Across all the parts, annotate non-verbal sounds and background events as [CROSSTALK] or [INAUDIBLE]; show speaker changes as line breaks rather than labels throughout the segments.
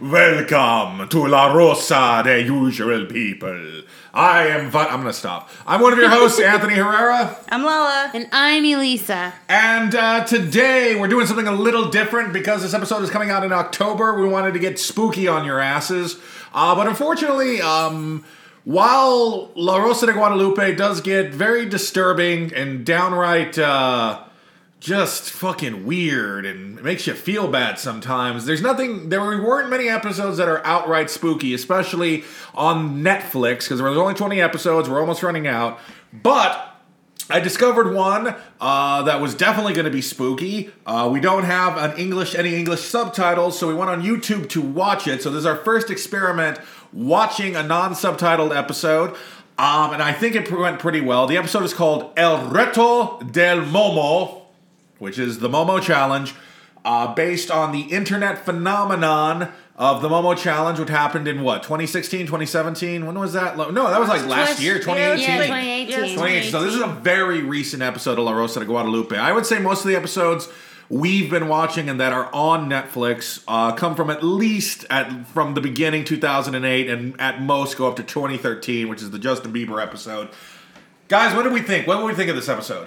Welcome to La Rosa de Usual People. I am. Va- I'm gonna stop. I'm one of your hosts, Anthony Herrera,
I'm Lala.
And I'm Elisa.
and uh, today we're doing something a little different because this episode is coming out in October. We wanted to get spooky on your asses, uh, but unfortunately, um, while La Rosa de Guadalupe does get very disturbing and downright. Uh, just fucking weird and makes you feel bad sometimes. There's nothing, there weren't many episodes that are outright spooky, especially on Netflix, because there was only 20 episodes. We're almost running out. But I discovered one uh, that was definitely going to be spooky. Uh, we don't have an English any English subtitles, so we went on YouTube to watch it. So this is our first experiment watching a non-subtitled episode, um, and I think it went pretty well. The episode is called El Reto del Momo which is the Momo Challenge, uh, based on the internet phenomenon of the Momo Challenge, which happened in what, 2016, 2017? When was that? Lo- No, that was like last
Twice-
year,
yeah,
2018.
Yeah,
Wait,
2018.
yes,
2018. So this is a very recent episode of La Rosa de Guadalupe. I would say most of the episodes we've been watching and that are on Netflix uh, come from at least at from the beginning 2008 and at most go up to 2013, which is the Justin Bieber episode. Guys, what did we think? What did we think of this episode?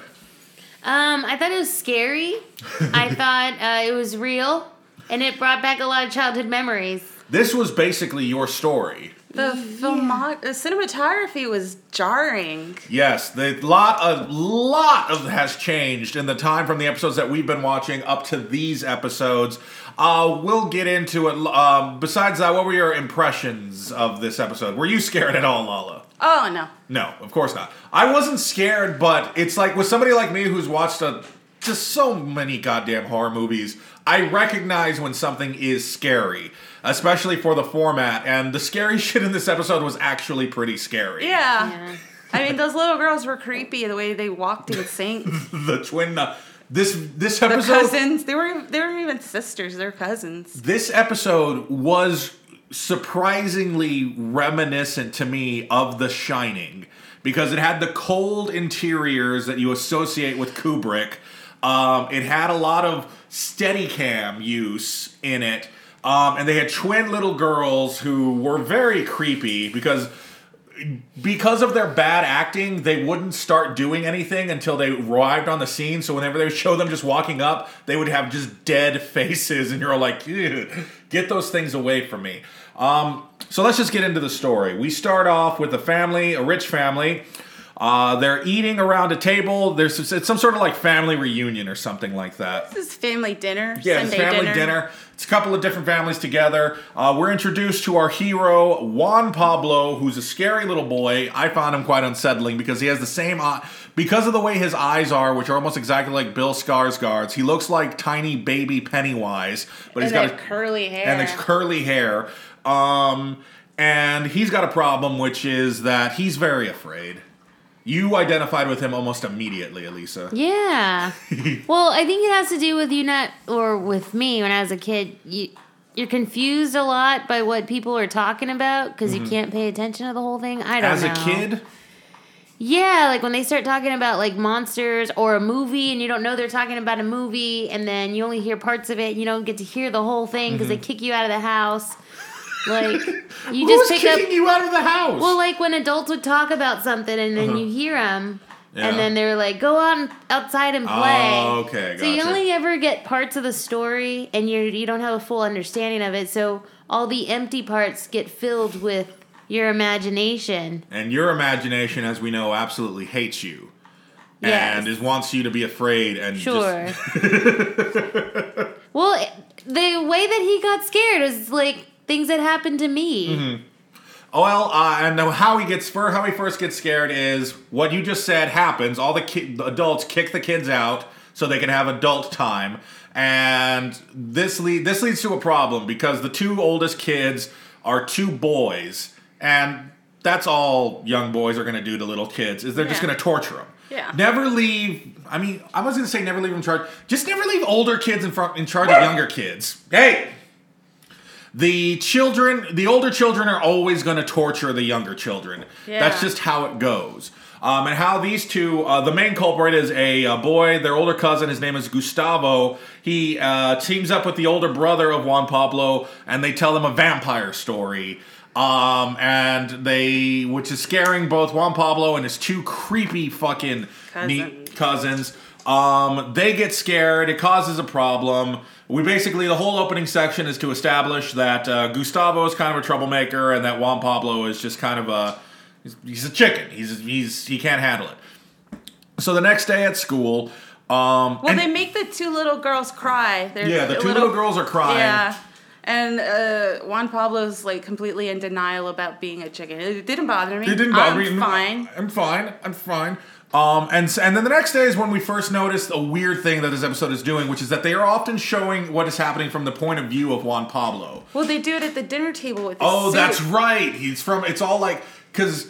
Um, I thought it was scary.
[LAUGHS]
I thought uh, it was real, and it brought back a lot of childhood
[LAUGHS]
memories.
This was basically your story.
The filmo- the cinematography was jarring.
Yes, the lot a lot of has changed in the time from the episodes that we've been watching up to these episodes. Uh, we'll get into it. Um, besides that, what were your impressions of this episode? Were you scared at all, Lala?
Oh no.
No, of course not. I wasn't scared, but it's like with somebody like me who's watched a, just so many goddamn horror movies, I recognize when something is scary, especially for the format. And the scary [LAUGHS] shit in this episode was actually pretty scary.
Yeah.
Yeah.
I mean, those little girls were creepy. The way they walked in
[LAUGHS]
sync.
the twin. Uh, this this
They're
episode.
cousins. They were they weren't even sisters. They're cousins.
This episode was surprisingly reminiscent to me of The Shining because it had the cold interiors that you associate with Kubrick. Um, it had a lot of Steadicam use in it, um, and they had twin little girls who were very creepy because because of their bad acting, they wouldn't start doing anything until they arrived on the scene. So whenever they would show them just walking up, they would have just dead [LAUGHS] faces, and you're like, "Ew, get those things away from me. Um, so let's just get into the story. We start off with a family, a rich family. Uh, they're eating around a table. There's it's some sort of like family reunion or something like that.
This is family dinner.
Yeah, it's
Sunday
family dinner. It's a couple of different families together. Uh, we're introduced to our hero Juan Pablo, who's a scary little boy. I found him quite unsettling because he has the same eye. Because of the way his eyes are, which are almost exactly like Bill Skarsgård's, he looks like tiny baby Pennywise, but he's
And
got
that
a-
curly hair.
and his curly hair. Um, and he's got a problem, which is that he's very afraid. You identified with him almost immediately, Elisa.
Yeah. well, I think it has to do with you not, or with me when I was a kid. You, you're confused a lot by what people are talking about because you can't pay attention to the whole thing. I don't
Mm-hmm. As
know.
a kid,
Yeah, like when they start talking about like monsters or a movie and you don't know they're talking about a movie and then you only hear parts of it and you don't get to hear the whole thing because
Mm-hmm.
they kick you out of the house. Like
[LAUGHS]
you
who's
just pick up
kicking you out of the house?
[LAUGHS] well like when adults would talk about something and then you hear them
Uh-huh. Yeah.
and then they're like go on outside and play.
Oh, okay,
So you
gotcha.
only ever get parts of the story and you you don't have a full understanding of it. So all the empty parts get filled with your imagination.
And your imagination, as we know, absolutely hates you.
Yes.
And is wants you to be afraid and
Sure.
just [LAUGHS]
well, the way that he got scared is like things that happened to me.
Mm-hmm. well, uh, and now how he gets fur, how he first gets scared is what you just said happens. All the, ki- the adults kick the kids out so they can have adult time, and this lead this leads to a problem because the two oldest kids are two boys, and that's all young boys are going to do to little kids is they're just
Yeah.
going to torture them.
Yeah.
Never leave. I mean, I was going to say never leave them in charge. Just never leave older kids in front in charge of younger kids. Hey, the children, the older children are always going to torture the younger children. That's
Yeah.
just how it goes. Um, and how these two, uh, the main culprit is a, uh boy, their older cousin, his name is Gustavo. He uh, teams up with the older brother of Juan Pablo and they tell him a vampire story. Um, and they, which is scaring both Juan Pablo and his two creepy fucking neat
Cousins.
cousins. Um, they get scared. It causes a problem. We basically the whole opening section is to establish that uh, Gustavo is kind of a troublemaker and that Juan Pablo is just kind of a he's, he's a chicken. He's he's he can't handle it. So the next day at school, um,
Well,
and-
they make the two little girls cry. They're
yeah, the two little, girls are crying.
Yeah. And uh, Juan Pablo's like completely in denial about being a chicken. It didn't bother me.
It didn't
I'm
bother me.
Fine.
I'm fine. I'm fine. Um, and s- and then the next day is when we first noticed a weird thing that this episode is doing, which is that they are often showing what is happening from the point of view of Juan Pablo.
Well, they do it at the dinner table with. his
Oh,
suit.
that's right. He's from. It's all like because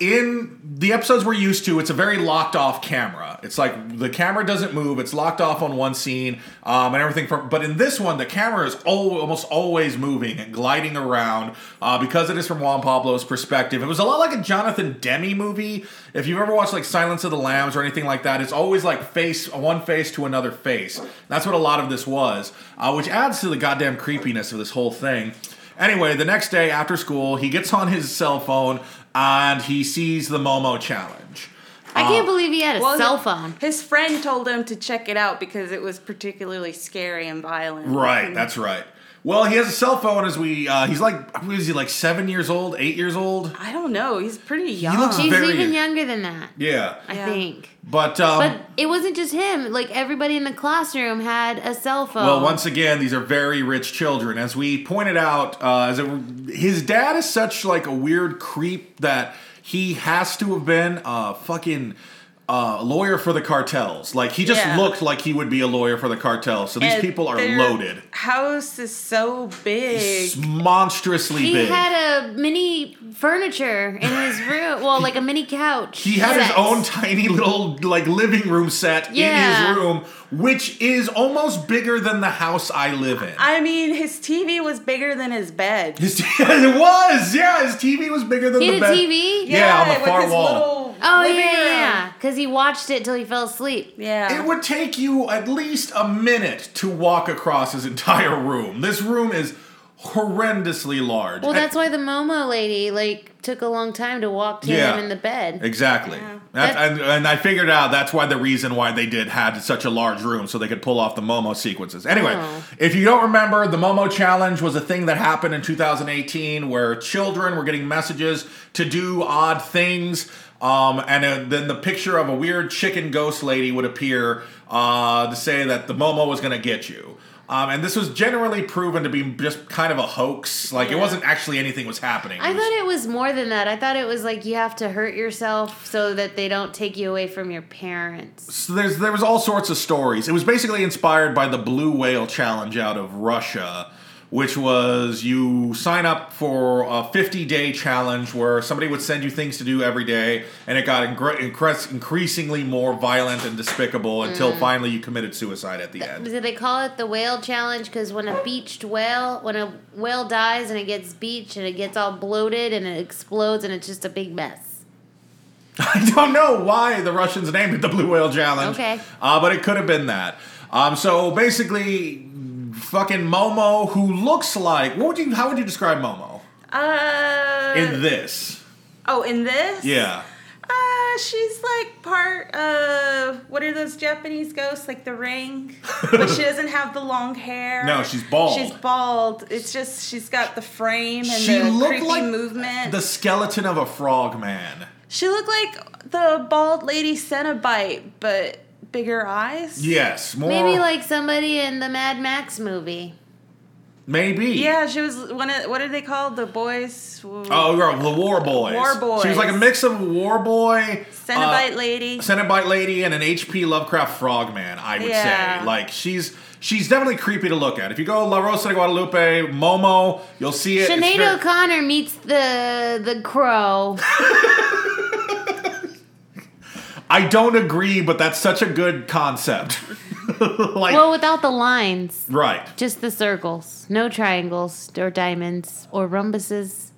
in the episodes we're used to, it's a very locked off camera. It's like the camera doesn't move. It's locked off on one scene um, and everything. From but in this one, the camera is al- almost always moving and gliding around uh, because it is from Juan Pablo's perspective. It was a lot like a Jonathan Demi movie. If you've ever watched like Silence of the Lambs or anything like that, it's always like face one face to another face. That's what a lot of this was, uh, which adds to the goddamn creepiness of this whole thing. Anyway, the next day after school, he gets on his cell phone and he sees the Momo challenge.
I
Oh.
can't believe he had a
Well,
cell
he-
phone.
His friend told him to check it out because it was particularly scary and violent.
Right, that's right. Well, he has a cell phone as we, uh, he's like, what is he, like seven years old, eight years old?
I don't know. He's pretty young.
looks-
She's
very-
even younger than that,
Yeah.
I
Yeah.
think.
But, um,
But it wasn't just him. Like everybody in the classroom had a cell phone.
Well, once again, these are very rich children. As we pointed out, uh, as it, his dad is such like a weird creep that he has to have been a fucking uh, lawyer for the cartels. Like he just
Yeah.
looked like he would be a lawyer for the cartels. So these
And
people are
their
loaded,
House is so big.
S- monstrously
he
big.
had a mini furniture in his room. Well, like a mini couch.
he had his
set.
own tiny little like living room set in
Yeah.
his room, which is almost bigger than the house I live in.
I mean, his TV was bigger than his bed.
His t- [LAUGHS] it was, yeah. His TV was bigger than
He
the
had a
bed.
TV?
Yeah, on the
with
far
his
wall.
little
Oh
living
yeah, yeah,
room.
yeah. Because he watched it till he fell asleep.
Yeah.
It would take you at least a minute to walk across his entire room. This room is horrendously large.
Well, that's why the Momo lady like took a long time to walk to
Yeah.
him in the bed.
exactly. That-
That-
and, and I figured out that's why the reason why they did had such a large room so they could pull off the Momo sequences. Anyway,
Oh.
if you don't remember, the Momo challenge was a thing that happened in 2018 where children were getting messages to do odd things. Um, and uh, then the picture of a weird chicken ghost lady would appear uh, to say that the Momo was going to get you. Um, and this was generally proven to be just kind of a hoax. Like it wasn't actually anything was happening.
I
It was-
thought it was more than that. I thought it was like you have to hurt yourself so that they don't take you away from your parents.
So there's there was all sorts of stories. It was basically inspired by the blue whale challenge out of Russia, which was you sign up for a 50 day challenge where somebody would send you things to do every day, and it got ingre- incre- increasingly more violent and despicable until finally you committed suicide at the end.
Did they call it the whale challenge? Because when a beached whale, when a whale dies and it gets beached and it gets all bloated and it explodes and it's just a big mess.
[LAUGHS] I don't know why the Russians named it the Blue Whale Challenge.
Okay.
Uh, but it could have been that. Um, so basically, fucking Momo, who looks like what would you? How would you describe Momo
Uh,
in this?
oh, in this?
Yeah.
Uh, she's like part of what are those Japanese ghosts like
[LAUGHS]
the ring, but she doesn't have the long hair.
No, she's bald.
She's bald. It's just she's got the frame and
She
the
looked
creepy
like
movement.
The skeleton of a frog man.
she looked like the bald lady Cenobite, but bigger eyes.
Yes, more
Maybe like somebody in the Mad Max movie.
maybe.
Yeah, she was one of what are they called? The boys.
Oh, you're the war boys.
War
She was like a
Boys.
mix of a war boy,
Cenobite
uh,
lady.
Cenobite lady, and an H.P. Lovecraft frog man. I would
Yeah.
say, like she's she's definitely creepy to look at. If you go La Rosa de Guadalupe, Momo, you'll see it. It's
Sinead
very-
O'Connor meets the the
[LAUGHS]
crow.
I don't agree, but that's such a good concept. [LAUGHS] like
Well, without the lines,
right.
just the circles, no triangles or diamonds or rhombuses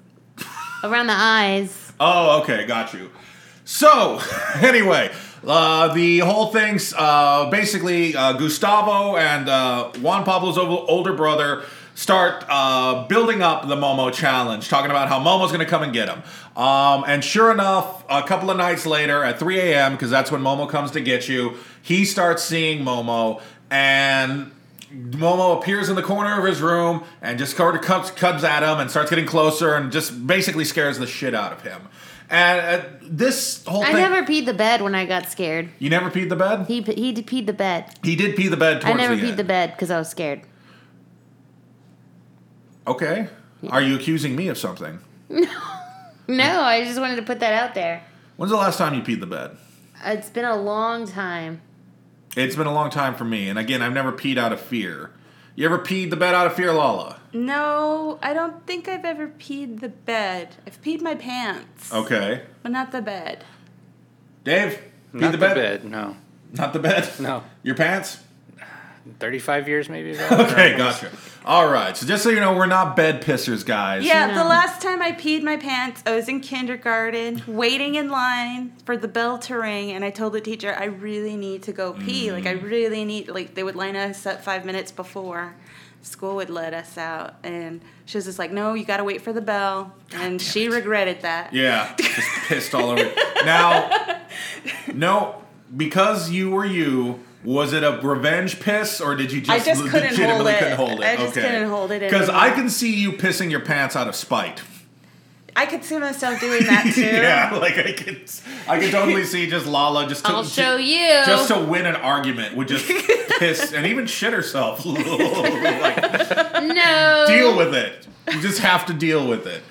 around the eyes.
Oh, okay, got you. So, [LAUGHS] anyway, uh, the whole thing's uh, basically uh, Gustavo and uh, Juan Pablo's o- older brother start uh, building up the Momo challenge, talking about how Momo's going to come and get him. Um, and sure enough, a couple of nights later at 3 a.m., because that's when Momo comes to get you, he starts seeing Momo and Momo appears in the corner of his room and just sort of comes, comes at him and starts getting closer and just basically scares the shit out of him. And uh, this whole
I
thing.
never peed the bed when I got scared.
you never peed the bed? He,
He he peed the bed.
did pee the bed
I
towards
never
the
peed
end.
the bed because I was scared.
Okay. Are you accusing me of something?
No, I just wanted to put that out there.
When's the last time you peed the bed?
It's been a long time.
It's been a long time for me. And again, I've never peed out of fear. You ever peed the bed out of fear, Lala?
No, I don't think I've ever peed the bed. I've peed my pants,
Okay.
but not the bed.
Dave, peed
Not
the bed?
No.
Not the bed?
No.
Your pants?
35 years maybe ago.
[LAUGHS] Okay, gotcha. All right. So just so you know, we're not bed pissers, guys.
Yeah,
No.
the last time I peed my pants, I was in kindergarten, waiting in line for the bell to ring, and I told the teacher I really need to go pee. Like I
Mm.
really need. Like they would line us up five minutes before school would let us out, and she was just like, "No, you got to wait for the bell," and she regretted that.
Yeah, just pissed all over. you. Now, no, because you were you. Was it a revenge piss, or did you just,
I just couldn't hold
legitimately
it.
couldn't hold it?
I just couldn't hold it
Because I
anymore.
can see you pissing your pants out of spite.
I could see myself
[LAUGHS]
doing that too.
yeah, like I could, I could totally see just Lala just. To,
I'll show
ju-
you.
Just to win an argument would just piss and even shit herself.
[LAUGHS]
like,
no.
deal with it. You just have to deal with it.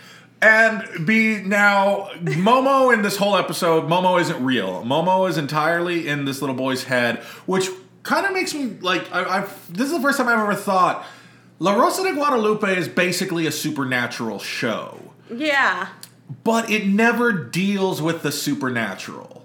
And be now Momo in this whole episode, Momo isn't real. Momo is entirely in this little boy's head, which kind of makes me like I, I've this is the first time I've ever thought La Rosa de Guadalupe is basically a supernatural show
Yeah.
but it never deals with the supernatural,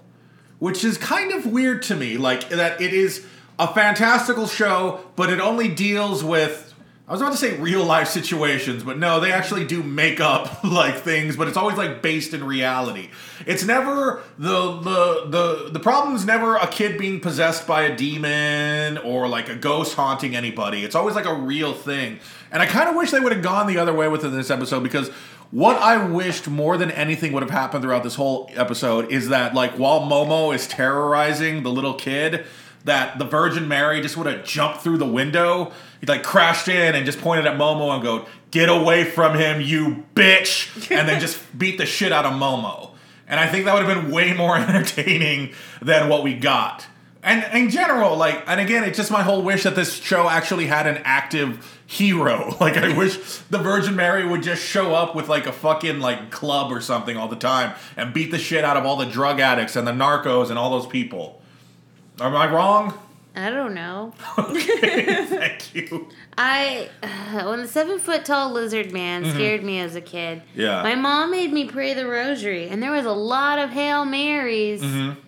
which is kind of weird to me. Like that it is a fantastical show, but it only deals with I was about to say real life situations, but no, they actually do make up [LAUGHS] like things, but it's always like based in reality. It's never the the the the problem's never a kid being possessed by a demon or like a ghost haunting anybody. It's always like a real thing. And I kind of wish they would have gone the other way with it in this episode because what I wished more than anything would have happened throughout this whole episode is that, like, while Momo is terrorizing the little kid, that the Virgin Mary just would have jumped through the window, he like crashed in and just pointed at Momo and go, "Get away from him, you bitch!" and then just beat the shit out of Momo. And I think that would have been way more [LAUGHS] entertaining than what we got. And in general, like, and again, it's just my whole wish that this show actually had an active hero. [LAUGHS] Like, I wish the Virgin Mary would just show up with like a fucking like club or something all the time and beat the shit out of all the drug addicts and the narcos and all those people. Am I wrong? [LAUGHS]
I don't know.
Thank you.
I [SIGHS] when the seven foot tall lizard man scared me as a kid.
Mm-hmm. Yeah.
My mom made me pray the rosary, and there was a lot of Hail Marys. That's,
Mm-hmm.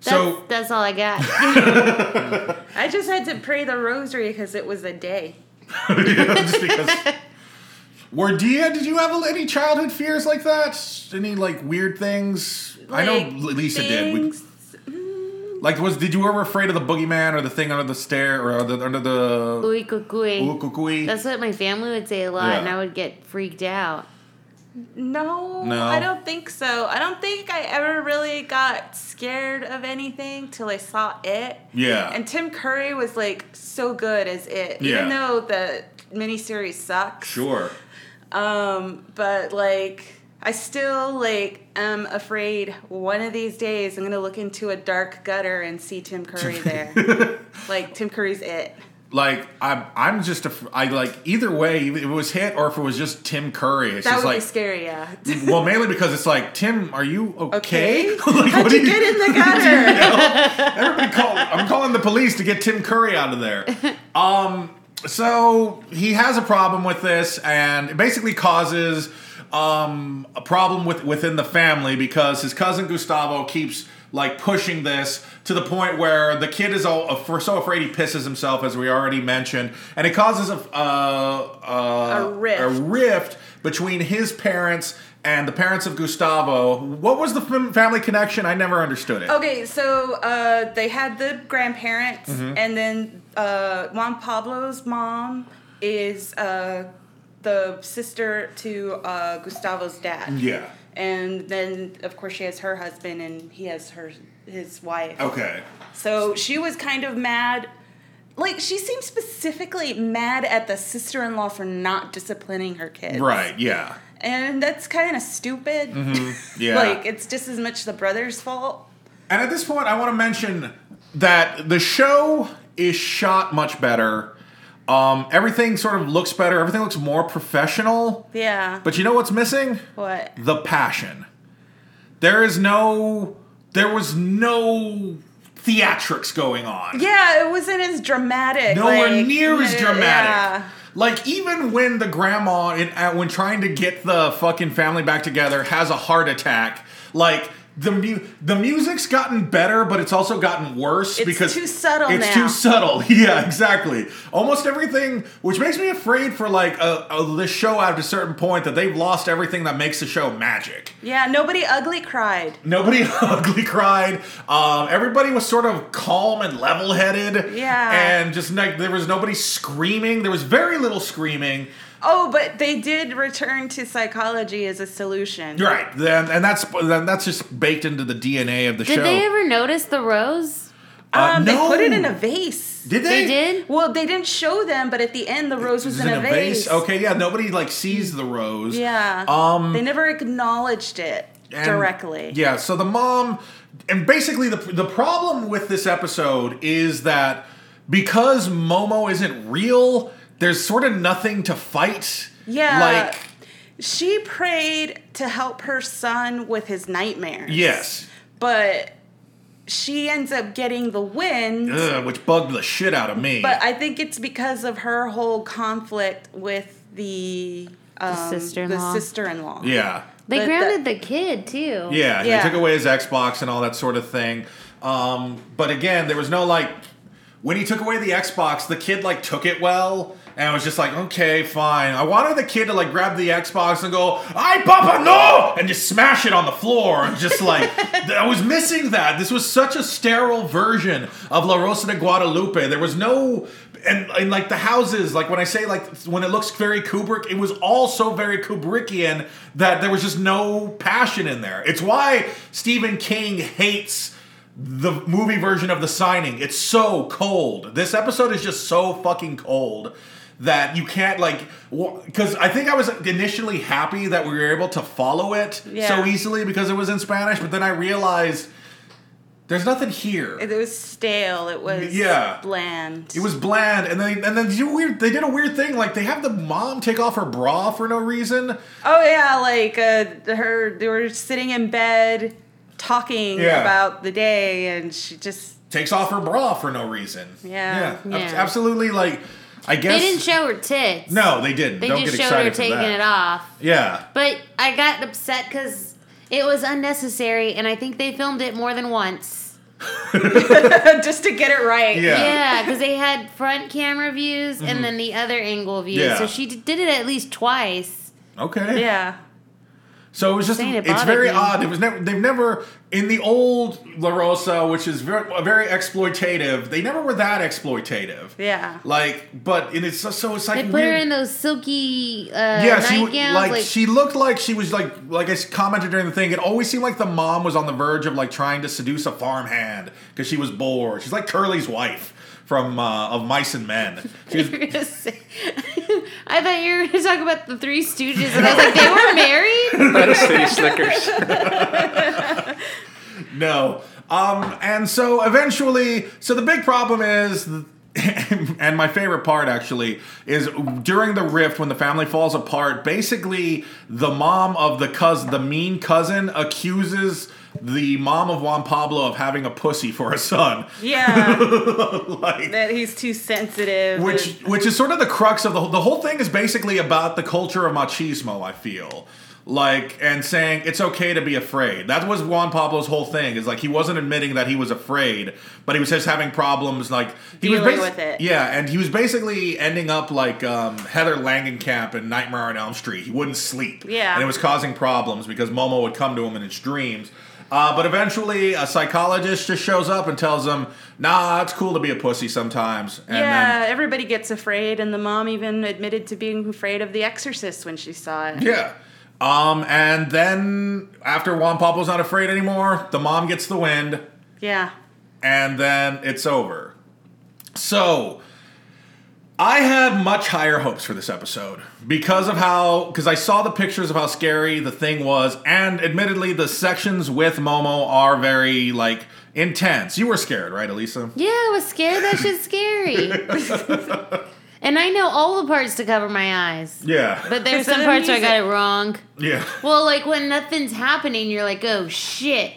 So
that's all I got.
I just had to pray the rosary because it was a day.
[LAUGHS] just because. Were do you, did you have any childhood fears like that? Any like weird things? I know
Like,
Lisa did. We-
things-
Like, was did you ever afraid of the boogeyman or the thing under the stair or the, under the
Ooey cuckooey.
Ooh, cuckoo-y?
That's what my family would say a lot, and
Yeah.
I would get freaked out.
No,
No.
I don't think so. I don't think I ever really got scared of anything till I saw it.
Yeah.
And Tim Curry was like so good as it,
Yeah.
even though the miniseries sucks.
sure.
Um, but like I still like am afraid one of these days I'm gonna look into a dark gutter and see
[LAUGHS]
Tim Curry there. like Tim Curry's it.
Like I'm, I'm just a, I like either way. If it was hit or if it was just Tim Curry, it's
That
just
would
like
be scary, yeah.
well, mainly because it's like Tim, are you okay?
[LAUGHS] Okay.
[LAUGHS] like, [LAUGHS]
How'd
what
you
do
get in the gutter?
Everybody call. I'm calling the police to get Tim Curry out of there. Um, so he has a problem with this, and it basically causes um, a problem with within the family because his cousin Gustavo keeps like pushing this to the point where the kid is all for so afraid he pisses himself, as we already mentioned, and it causes a uh, uh,
A rift.
a rift between his parents and the parents of Gustavo. What was the fam- family connection? I never understood it.
Okay, so uh, they had the grandparents,
Mm-hmm.
and then uh, Juan Pablo's mom is uh, the sister to uh, Gustavo's dad.
Yeah.
And then, of course, she has her husband, and he has her his wife.
Okay.
So she was kind of mad. Like she seemed specifically mad at the sister-in-law for not disciplining her kids.
Right. Yeah.
And that's kind of stupid.
Mm-hmm.
[LAUGHS]
Yeah.
Like it's just as much the brother's fault.
And at this point, I want to mention that the show is shot much better. Um, everything sort of looks better. Everything looks more professional.
Yeah.
But you know what's missing?
what?
The passion. There is no. There was no theatrics going on.
Yeah, it wasn't as dramatic.
Nowhere
like-
near as
Yeah.
dramatic. Like even when the grandma, in, at, when trying to get the fucking family back together, has a heart attack. Like the mu- the music's gotten better, but it's also gotten worse
It's
because
too subtle
It's
now.
too subtle. [LAUGHS] Yeah, exactly. Almost everything, which makes me afraid for like uh uh this show at a certain point that they've lost everything that makes the show magic.
Yeah, nobody ugly cried.
Nobody [LAUGHS] ugly cried. Um, everybody was sort of calm and level headed.
Yeah.
And just like there was nobody screaming. There was very little screaming.
Oh, but they did return to psychology as a solution.
Right. Then and that's then that's just baked into the DNA of the
Did
show.
they ever notice the rose?
Uh,
Um,
no.
They put it in a vase.
Did they?
They did.
Well, they didn't show them, but at the end, the rose was,
It was
in, a vase.
Okay, yeah, nobody like sees the rose.
Yeah.
Um,
they never acknowledged it
And-
directly.
Yeah, so the mom and basically the the problem with this episode is that because Momo isn't real, there's sort of nothing to fight.
Yeah.
Like
she prayed to help her son with his nightmares.
yes.
But she ends up getting the win.
Ugh, which bugged the shit out of me.
But I think it's because of her whole conflict with the um,
sister-in-law.
The sister-in-law.
yeah.
They
But
grounded the kid too.
Yeah,
Yeah.
they took away his Xbox and all that sort of thing. Um, but again, there was no like when he took away the Xbox, the kid like took it well and was just like, okay, fine. I wanted the kid to like grab the Xbox and go, "I Papa no!" and just smash it on the floor and just like [LAUGHS] th- I was missing that. This was such a sterile version of La Rosa de Guadalupe. There was no and, and like the houses, like when I say like when it looks very Kubrick, it was all so very Kubrickian that there was just no passion in there. It's why Stephen King hates the movie version of The Signing. It's so cold. This episode is just so fucking cold that you can't like because I think I was initially happy that we were able to follow it
Yeah.
so easily because it was in Spanish, but then I realized there's nothing here.
It was stale. It was
Yeah.
bland.
It was bland, and then and then they did a weird. They did a weird thing, like they have the mom take off her bra for no reason.
Oh yeah, like uh, her. They were sitting in bed talking
Yeah.
about the day, and she just [LAUGHS]
Takes off her bra for no reason.
Yeah.
yeah, ab-
Yeah.
absolutely. Like, I
They
guess
didn't show her tits.
no, they didn't.
They
Don't
just
get
showed her
excited
taking
for that.
it off.
Yeah,
But I got upset because it was unnecessary, and I think they filmed it more than once.
just to get it right.
Yeah. Mm-hmm.
Yeah, because they had front camera views and then the other angle views.
Yeah.
So she d- did it at least twice.
okay.
Yeah.
So it was just,
Saying it
it's
bothered
very
me.
odd. It was never, they've never, in the old La Rosa, which is very, very exploitative, they never were that exploitative. [LAUGHS]
Yeah.
Like, but, and it's so, so it's like
They put her
weird-
in those silky uh,
yeah, she
nightgowns.
w- like,
like-
she looked like she was like like I s- commented during the thing. It always seemed like the mom was on the verge of like trying to seduce a farmhand because she was bored. She's like Curly's wife from uh, of Mice and Men. She was,
You were gonna say- [LAUGHS] I thought you were going to talk about the Three Stooges, and I was like, they
[LAUGHS]
were married.
Let us see Snickers.
no, um, and so eventually, so the big problem is. [LAUGHS] th- and my favorite part actually is during the rift when the family falls apart. Basically, the mom of the cousin, the mean cousin, accuses the mom of Juan Pablo of having a pussy for a son.
Yeah,
like
that he's too sensitive.
which which is sort of the crux of the whole, the whole thing is basically about the culture of machismo. I feel like and saying it's okay to be afraid. That was Juan Pablo's whole thing. Is like he wasn't admitting that he was afraid, but he was just having problems. Like he was
Dealing with it.
Yeah, and he was basically ending up like um, Heather Langenkamp in Nightmare on Elm Street. He wouldn't sleep.
Yeah.
and it was causing problems because Momo would come to him in his dreams. Uh, but eventually, a psychologist just shows up and tells him, "Nah, it's cool to be a pussy sometimes." And
yeah,
then,
everybody gets afraid, and the mom even admitted to being afraid of The Exorcist when she saw it.
Yeah. Um, and then after Juan Pablo's not afraid anymore, the mom gets the wind,
Yeah.
and then it's over. So I had much higher hopes for this episode because of how because I saw the pictures of how scary the thing was, and admittedly the sections with Momo are very like intense. You were scared, right, Elisa?
Yeah, I was scared. That
[LAUGHS]
shit's scary. and I know all the parts to cover my eyes.
Yeah.
But there's
So
some
the
parts where I got
music-
it wrong.
yeah.
Well, like when nothing's happening, you're like, oh shit.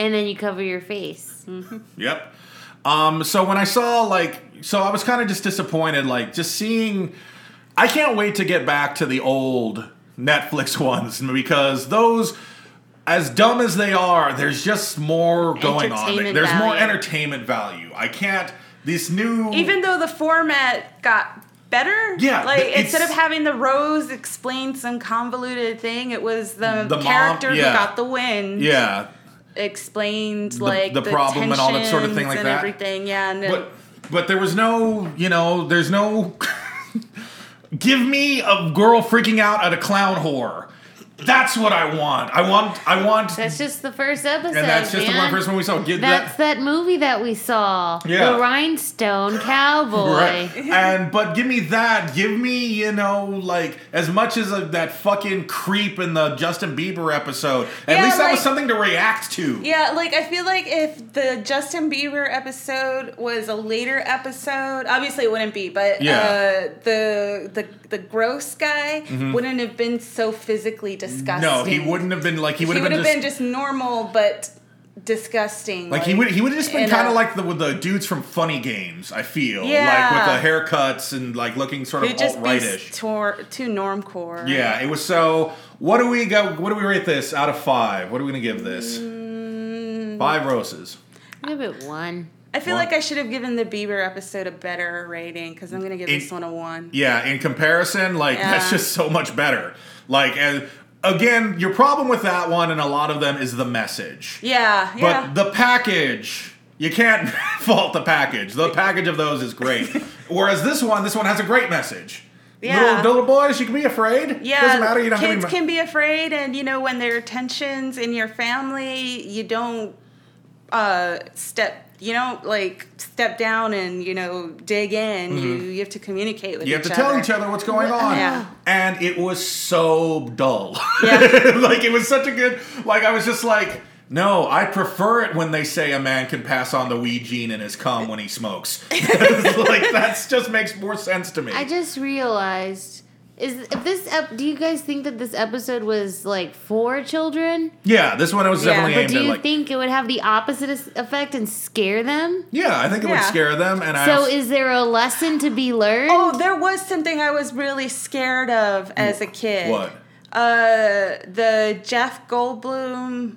And then you cover your face.
Yep. Um, so when I saw like, so I was kind of just disappointed, like just seeing. I can't wait to get back to the old Netflix [LAUGHS] ones because those, as dumb as they are, there's just more going on.
Entertainment
There's more
value.
entertainment value. I can't. This new
Even though the format got better,
Yeah,
like
the-
instead of
it's-
having the rose explain some convoluted thing, it was the,
The mom-
character
yeah.
who got the win
yeah,
explained like
the problem and all that sort of thing
tensions
like
and
that.
Everything, yeah. And
but but there was no you know there's no [LAUGHS] give me a girl freaking out at a clown whore. That's what I want. I want. I want
That's just the first episode.
And that's just the one
man.
first one we saw. Get
That's
that.
that movie that we saw.
Yeah. [LAUGHS]
The Rhinestone Cowboy.
Right.
[LAUGHS]
And but give me that. Give me you know like as much as uh that fucking creep in the Justin Bieber episode. At
Yeah,
least that was
like-
something to react to.
Yeah, like I feel like if the Justin Bieber episode was a later episode, obviously it wouldn't be, but
Yeah.
uh, the the the gross guy wouldn't have been so physically disgusting.
Mm-hmm. No, he wouldn't have been like he
He
would
would
have been, just,
normal but disgusting.
like he would he would have just been
in a-
kind of like the with the dudes from Funny Games. I feel
Yeah.
like with the haircuts and like looking sort of
He'd just
alt
be
rightish.
s- tor- too normcore.
yeah, it was so. What do we go? What do we rate this out of five? What are we gonna give this?
Mm.
Five roses.
Give it one.
I feel
Well-
like I should have given the Bieber episode a better rating because I'm gonna give
It-
this one a one.
Yeah, in comparison, like that's
Yeah.
just so much better. Like, and again, your problem with that one and a lot of them is the message.
Yeah,
But
yeah.
the package, you can't [LAUGHS] fault the package. The package of those is great.
[LAUGHS]
Whereas this one, this one has a great message.
Yeah.
Little, little boys, you can be afraid.
Yeah,
doesn't matter. You don't have
kids
any.
can be afraid, and you know when there are tensions in your family, you don't uh, step. You don't like step down and you know dig in. You you have to communicate
Mm-hmm.
with.
you have to tell each other what's going on.
Yeah.
And it was so dull.
Yeah,
[LAUGHS] like it was such a good like I was just like no, I prefer it when they say a man can pass on the weed gene in his cum when he smokes. [LAUGHS] like that just makes more sense to me.
I just realized is if this ep- do you guys think that this episode was like for children?
yeah, this one was
Yeah,
definitely
But
aimed
do
at
you
like
think it would have the opposite es- effect and scare them?
yeah, I think it would
Yeah.
scare them, and I
So
also-
is there a lesson to be learned?
oh, there was something I was really scared of as a kid.
what?
Uh, the Jeff Goldblum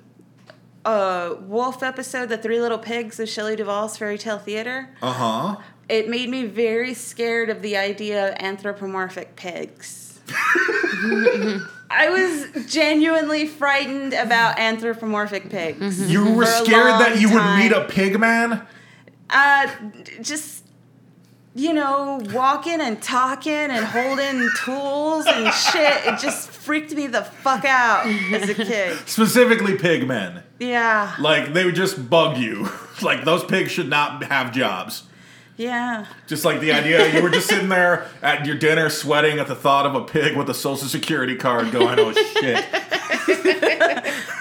uh, Wolf episode, The Three Little Pigs of Shelley Duvall's Fairy Tale Theater.
Uh huh.
It made me very scared of the idea of anthropomorphic pigs. I was genuinely frightened about anthropomorphic pigs.
You were
For a
scared that
long
you would
time.
meet a pig man.
Uh, just, you know, walking and talking and holding tools and shit. It just freaked me the fuck out as a kid.
Specifically, pig men.
Yeah.
Like they would just bug you. [LAUGHS] like those pigs should not have jobs.
Yeah.
Just like the idea you were just sitting there at your dinner sweating at the thought of a pig with a social security card going, oh shit.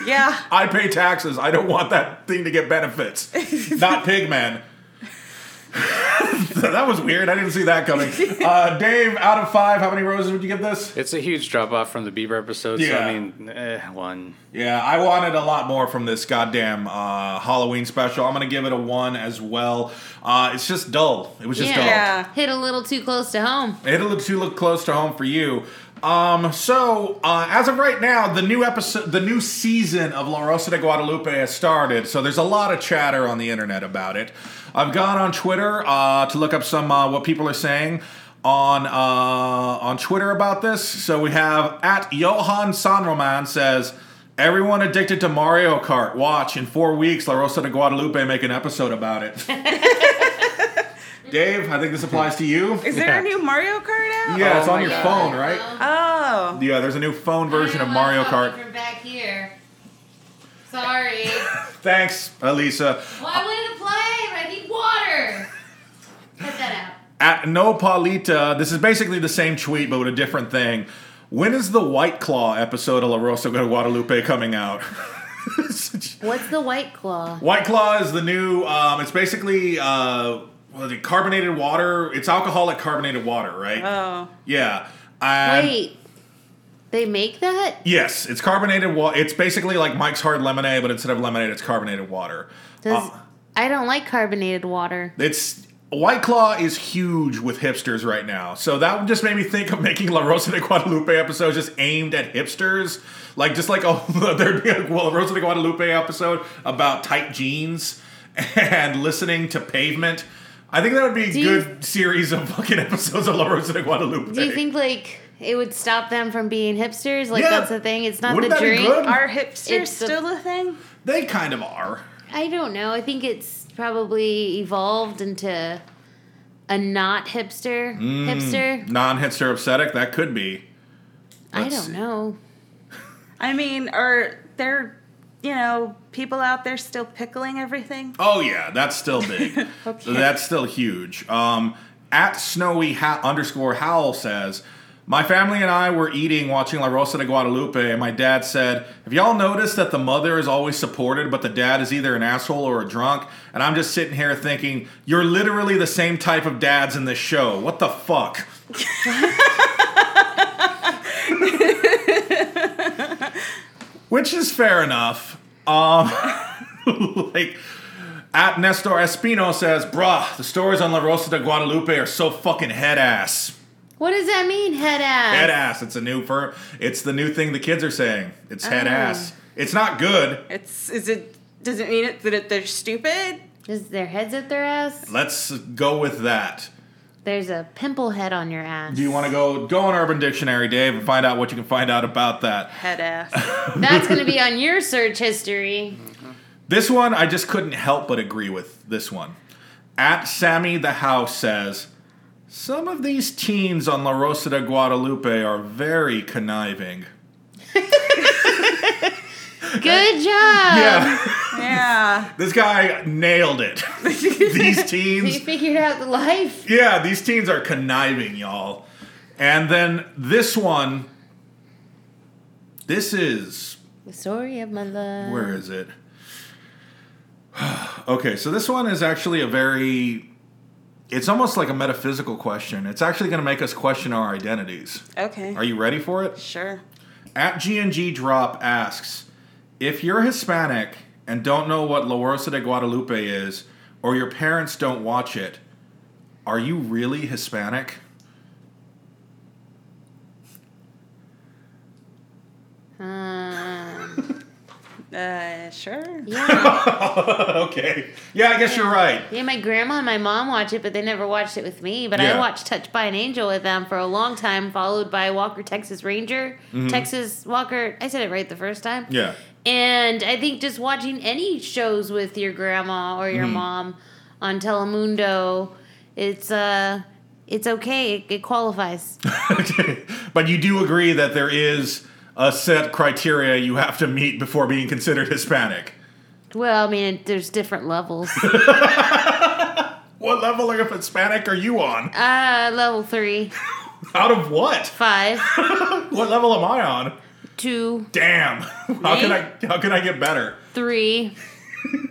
Yeah.
I pay taxes. I don't want that thing to get benefits. Not pig man. [LAUGHS] that was weird. I didn't see that coming. Uh, Dave, out of five, how many roses would you give this?
[LAUGHS] It's a huge drop off from the Bieber episode. So
Yeah.
I mean, eh,
[LAUGHS]
one.
Yeah, I wanted a lot more from this goddamn uh, Halloween special. I'm gonna give it a one as well. Uh, it's just dull. It was just dull.
Yeah.
Hit a little too close to home.
It'll too look close to home for you. Um, so uh, as of right now, the new episode, the new season of La Rosa de Guadalupe has started. So there's a lot of chatter on the internet about it. I've gone on Twitter uh, to look up some uh, what people are saying on uh, on Twitter about this. So we have at Johan Sanroman says. Everyone addicted to Mario Kart. Watch in four weeks, La Rosa de Guadalupe make an episode about it. [LAUGHS] Dave, I think this applies to you.
Is there a new Mario Kart out?
Yeah,
Oh
it's on
my
your
God.
phone, right?
Oh.
Yeah, there's a new phone version of Mario Kart.
From back here. Sorry.
Thanks, Elisa.
Why would it play? I need water. Cut that
At No Paulita, this is basically the same tweet but with a different thing. When is the White Claw episode of La Rosa de Guadalupe coming out? [LAUGHS]
out. What's the white claw?
White Claw is the new. Um, it's basically uh, what is it, carbonated water. It's alcoholic carbonated water, right?
Oh.
yeah. And-
Wait, they make that?
Yes, it's carbonated water. It's basically like Mike's Hard Lemonade, but instead of lemonade, it's carbonated water.
Does
Uh,
I don't like carbonated water.
It's White Claw is huge with hipsters right now. So that just made me think of making La Rosa de Guadalupe episodes just aimed at hipsters. Like just like [LAUGHS] oh there'd be a La Rosa de Guadalupe episode about tight jeans and listening to pavement. I think that would be a
Do you-
good series of fucking episodes of La Rosa de Guadalupe.
Do you think like it would stop them from being hipsters? Like
eh, Yeah.
that's the thing. It's not
Wouldn't that
the
be
drink.
good?
Are hipsters
It's the-
still a thing?
they kind of are?
I don't know. I think it's probably evolved into a not hipster
Mm.
hipster.
Non-hipster obsetic, that could be.
I
Let's
don't
see.
know.
I mean, are there, you know, people out there still pickling everything?
Oh yeah, that's still big. That's still huge. Um, at snowy ha- underscore howl says, my family and I were eating watching La Rosa de Guadalupe, and my dad said, "Have y'all noticed that the mother is always supported, but the dad is either an asshole or a drunk?" And I'm just sitting here thinking, you're literally the same type of dads in this show. What the fuck? Which is fair enough. Um, [LAUGHS] like. At Nestor Espino says, bruh, the stories on La Rosa de Guadalupe are so fucking head ass.
What does that mean, head ass?
Head ass. It's a new fir- It's the new thing the kids are saying. It's head
Oh.
ass. It's not good.
It's is it does it mean it, that it, they're stupid?
Is their heads up their ass?
Let's go with that.
There's a pimple head on your ass.
Do you want to go go on Urban Dictionary, Dave, and find out what you can find out about that?
Head ass.
[LAUGHS]
That's gonna be on your search history.
This one I just couldn't help but agree with. This one. At Sammy the House says, some of these teens on La Rosa de Guadalupe are very conniving.
Good
[LAUGHS]
job. [LAUGHS]
Yeah.
yeah.
This guy nailed it. these
You
teens,
figured out the life.
yeah, these teens are conniving, y'all. And then this one, this is
The story of my love.
where is it? [SIGHS] okay, so this one is actually a very, it's almost like a metaphysical question. It's actually going to make us question our identities.
Okay.
Are you ready for it?
sure?
At GNG Drop asks If you're Hispanic and don't know what La Rosa de Guadalupe is, or your parents don't watch it, are you really Hispanic?
Um,
Uh, sure.
yeah.
[LAUGHS] okay. Yeah, I guess you're right.
yeah, my grandma and my mom watch it, but they never watched it with me. But
Yeah.
I watched Touched by an Angel with them for a long time, followed by Walker, Texas Ranger. Texas Walker, I said it right the first time.
Mm-hmm. Yeah.
And I think just watching any shows with your grandma or
Mm-hmm.
your mom on Telemundo, it's uh it's okay. It,
[LAUGHS]
it qualifies.
[LAUGHS] but you do agree that there is a set criteria you have to meet before being considered Hispanic.
well, I mean, there's different levels.
What level of Hispanic are you on?
uh, level three,
Out of what?
five,
What level am I on?
two,
[LAUGHS] Damn. How can I how can I get better? [LAUGHS]
three.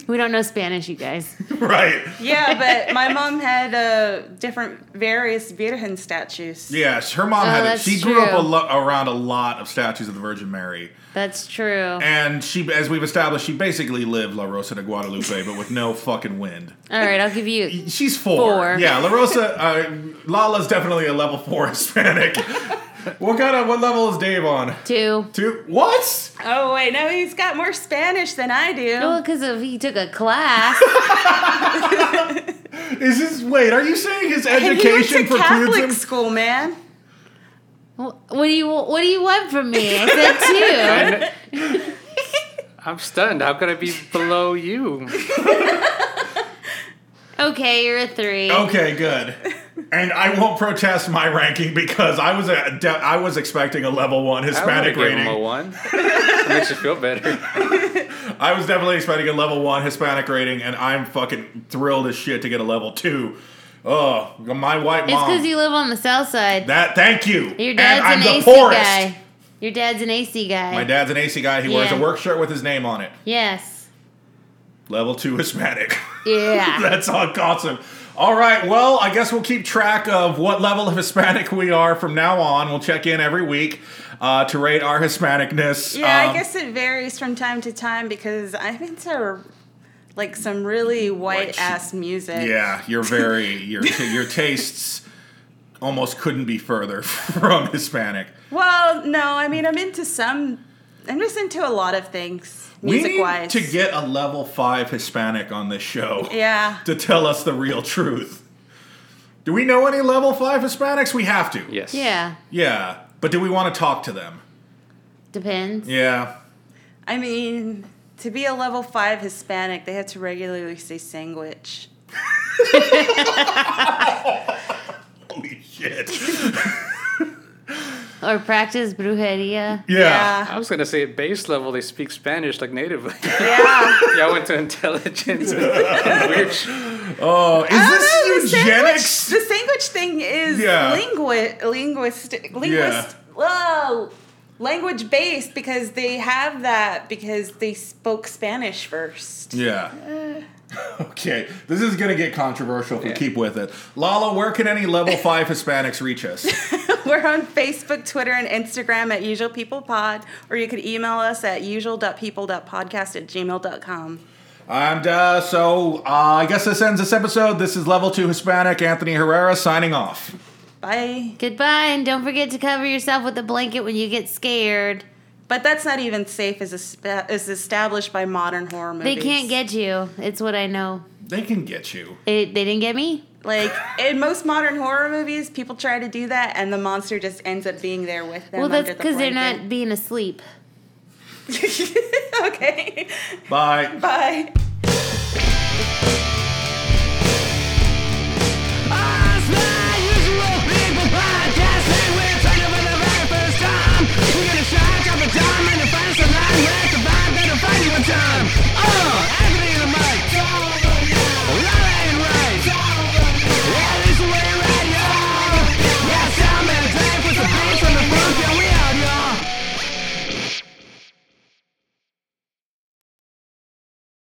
We don't know Spanish, you guys.
right.
Yeah, but my mom had uh, different, various Virgen statues.
Yes, her mom
Oh,
had it.
that's
She grew up a
true.
lo- around a lot of statues of the Virgin Mary,
That's true.
and she, as we've established, she basically lived La Rosa de Guadalupe, but with no fucking wind.
All right, I'll give you.
She's four.
Four.
Yeah, La Rosa. Uh, Lala's definitely a level four [LAUGHS] Hispanic. what kind of what level is Dave on?
Two.
Two. What?
Oh, wait, no, he's got more Spanish than I do.
Well, because if he took a
[LAUGHS]
class,
Is this? Wait, are you saying his
And he went
education
to
precludes
Catholic
him?
school, man.
what do you what do you want from me? I
[LAUGHS]
said two.
I kn- I'm stunned. How could I be below you?
Okay, you're a three.
Okay, good. And I won't protest my ranking because I was a de- I was expecting a level one Hispanic
I would've gave him a
rating.
one. It makes you feel better. [LAUGHS]
I was definitely expecting a level one Hispanic rating, and I'm fucking thrilled as shit to get a level two. Oh, my white
It's
mom.
because you live on the south side.
that thank you.
Your
and I'm
dad's an
the
AC
poorest.
guy. Your dad's an AC guy.
My dad's an AC guy. He wears a
Yeah.
work shirt with his name on it.
Yes.
Level two Hispanic. [LAUGHS]
Yeah.
That's all awesome. All right, well, I guess we'll keep track of what level of Hispanic we are from now on. We'll check in every week uh, to rate our Hispanicness.
Yeah, I
Um,
guess it varies from time to time because I'm into like some really white ass music.
Yeah, you're very
[LAUGHS]
your your tastes almost couldn't be further [LAUGHS] from Hispanic.
Well, no, I mean I'm into some. I'm just into a lot of things music
we need
wise.
to get a level five Hispanic on this show
yeah.
to tell us the real truth. Do we know any level five Hispanics? We have to.
Yes.
yeah.
Yeah, but do we want to talk to them?
Depends.
Yeah.
I mean, to be a level five Hispanic, they had to regularly say sandwich.
[LAUGHS] Holy shit.
Or practice brujeria.
Yeah.
I was gonna say at base level they speak Spanish like natively. [LAUGHS]
Yeah. yeah.
yeah, I went
[LAUGHS]
to intelligence. Weird sh-
Oh, is
I don't know,
this eugenics?
The sandwich, the sandwich thing is
Yeah.
lingui- linguistic, linguist, whoa, language based because they have that because they spoke Spanish first. [LAUGHS] Uh.
Yeah. Okay, this is gonna get controversial if we
Yeah.
keep with it. Lala, where can any level five Hispanics reach us?
We're on Facebook, Twitter, and Instagram at Usual People Pod, or you could email us at usual.people.podcast at gmail.com.
And uh, so uh, I guess this ends this episode. This is Level 2 Hispanic Anthony Herrera signing off.
Bye.
Goodbye, and don't forget to cover yourself with a blanket when you get scared.
But that's not even safe as, espa- as established by modern horror movies.
They can't get you. It's what I know.
They can get you.
It, they didn't get me.
Like in most modern horror movies, people try to do that, and the monster just ends up being there with them.
well, that's
because
because they're not being asleep.
[LAUGHS] okay.
Bye.
Bye.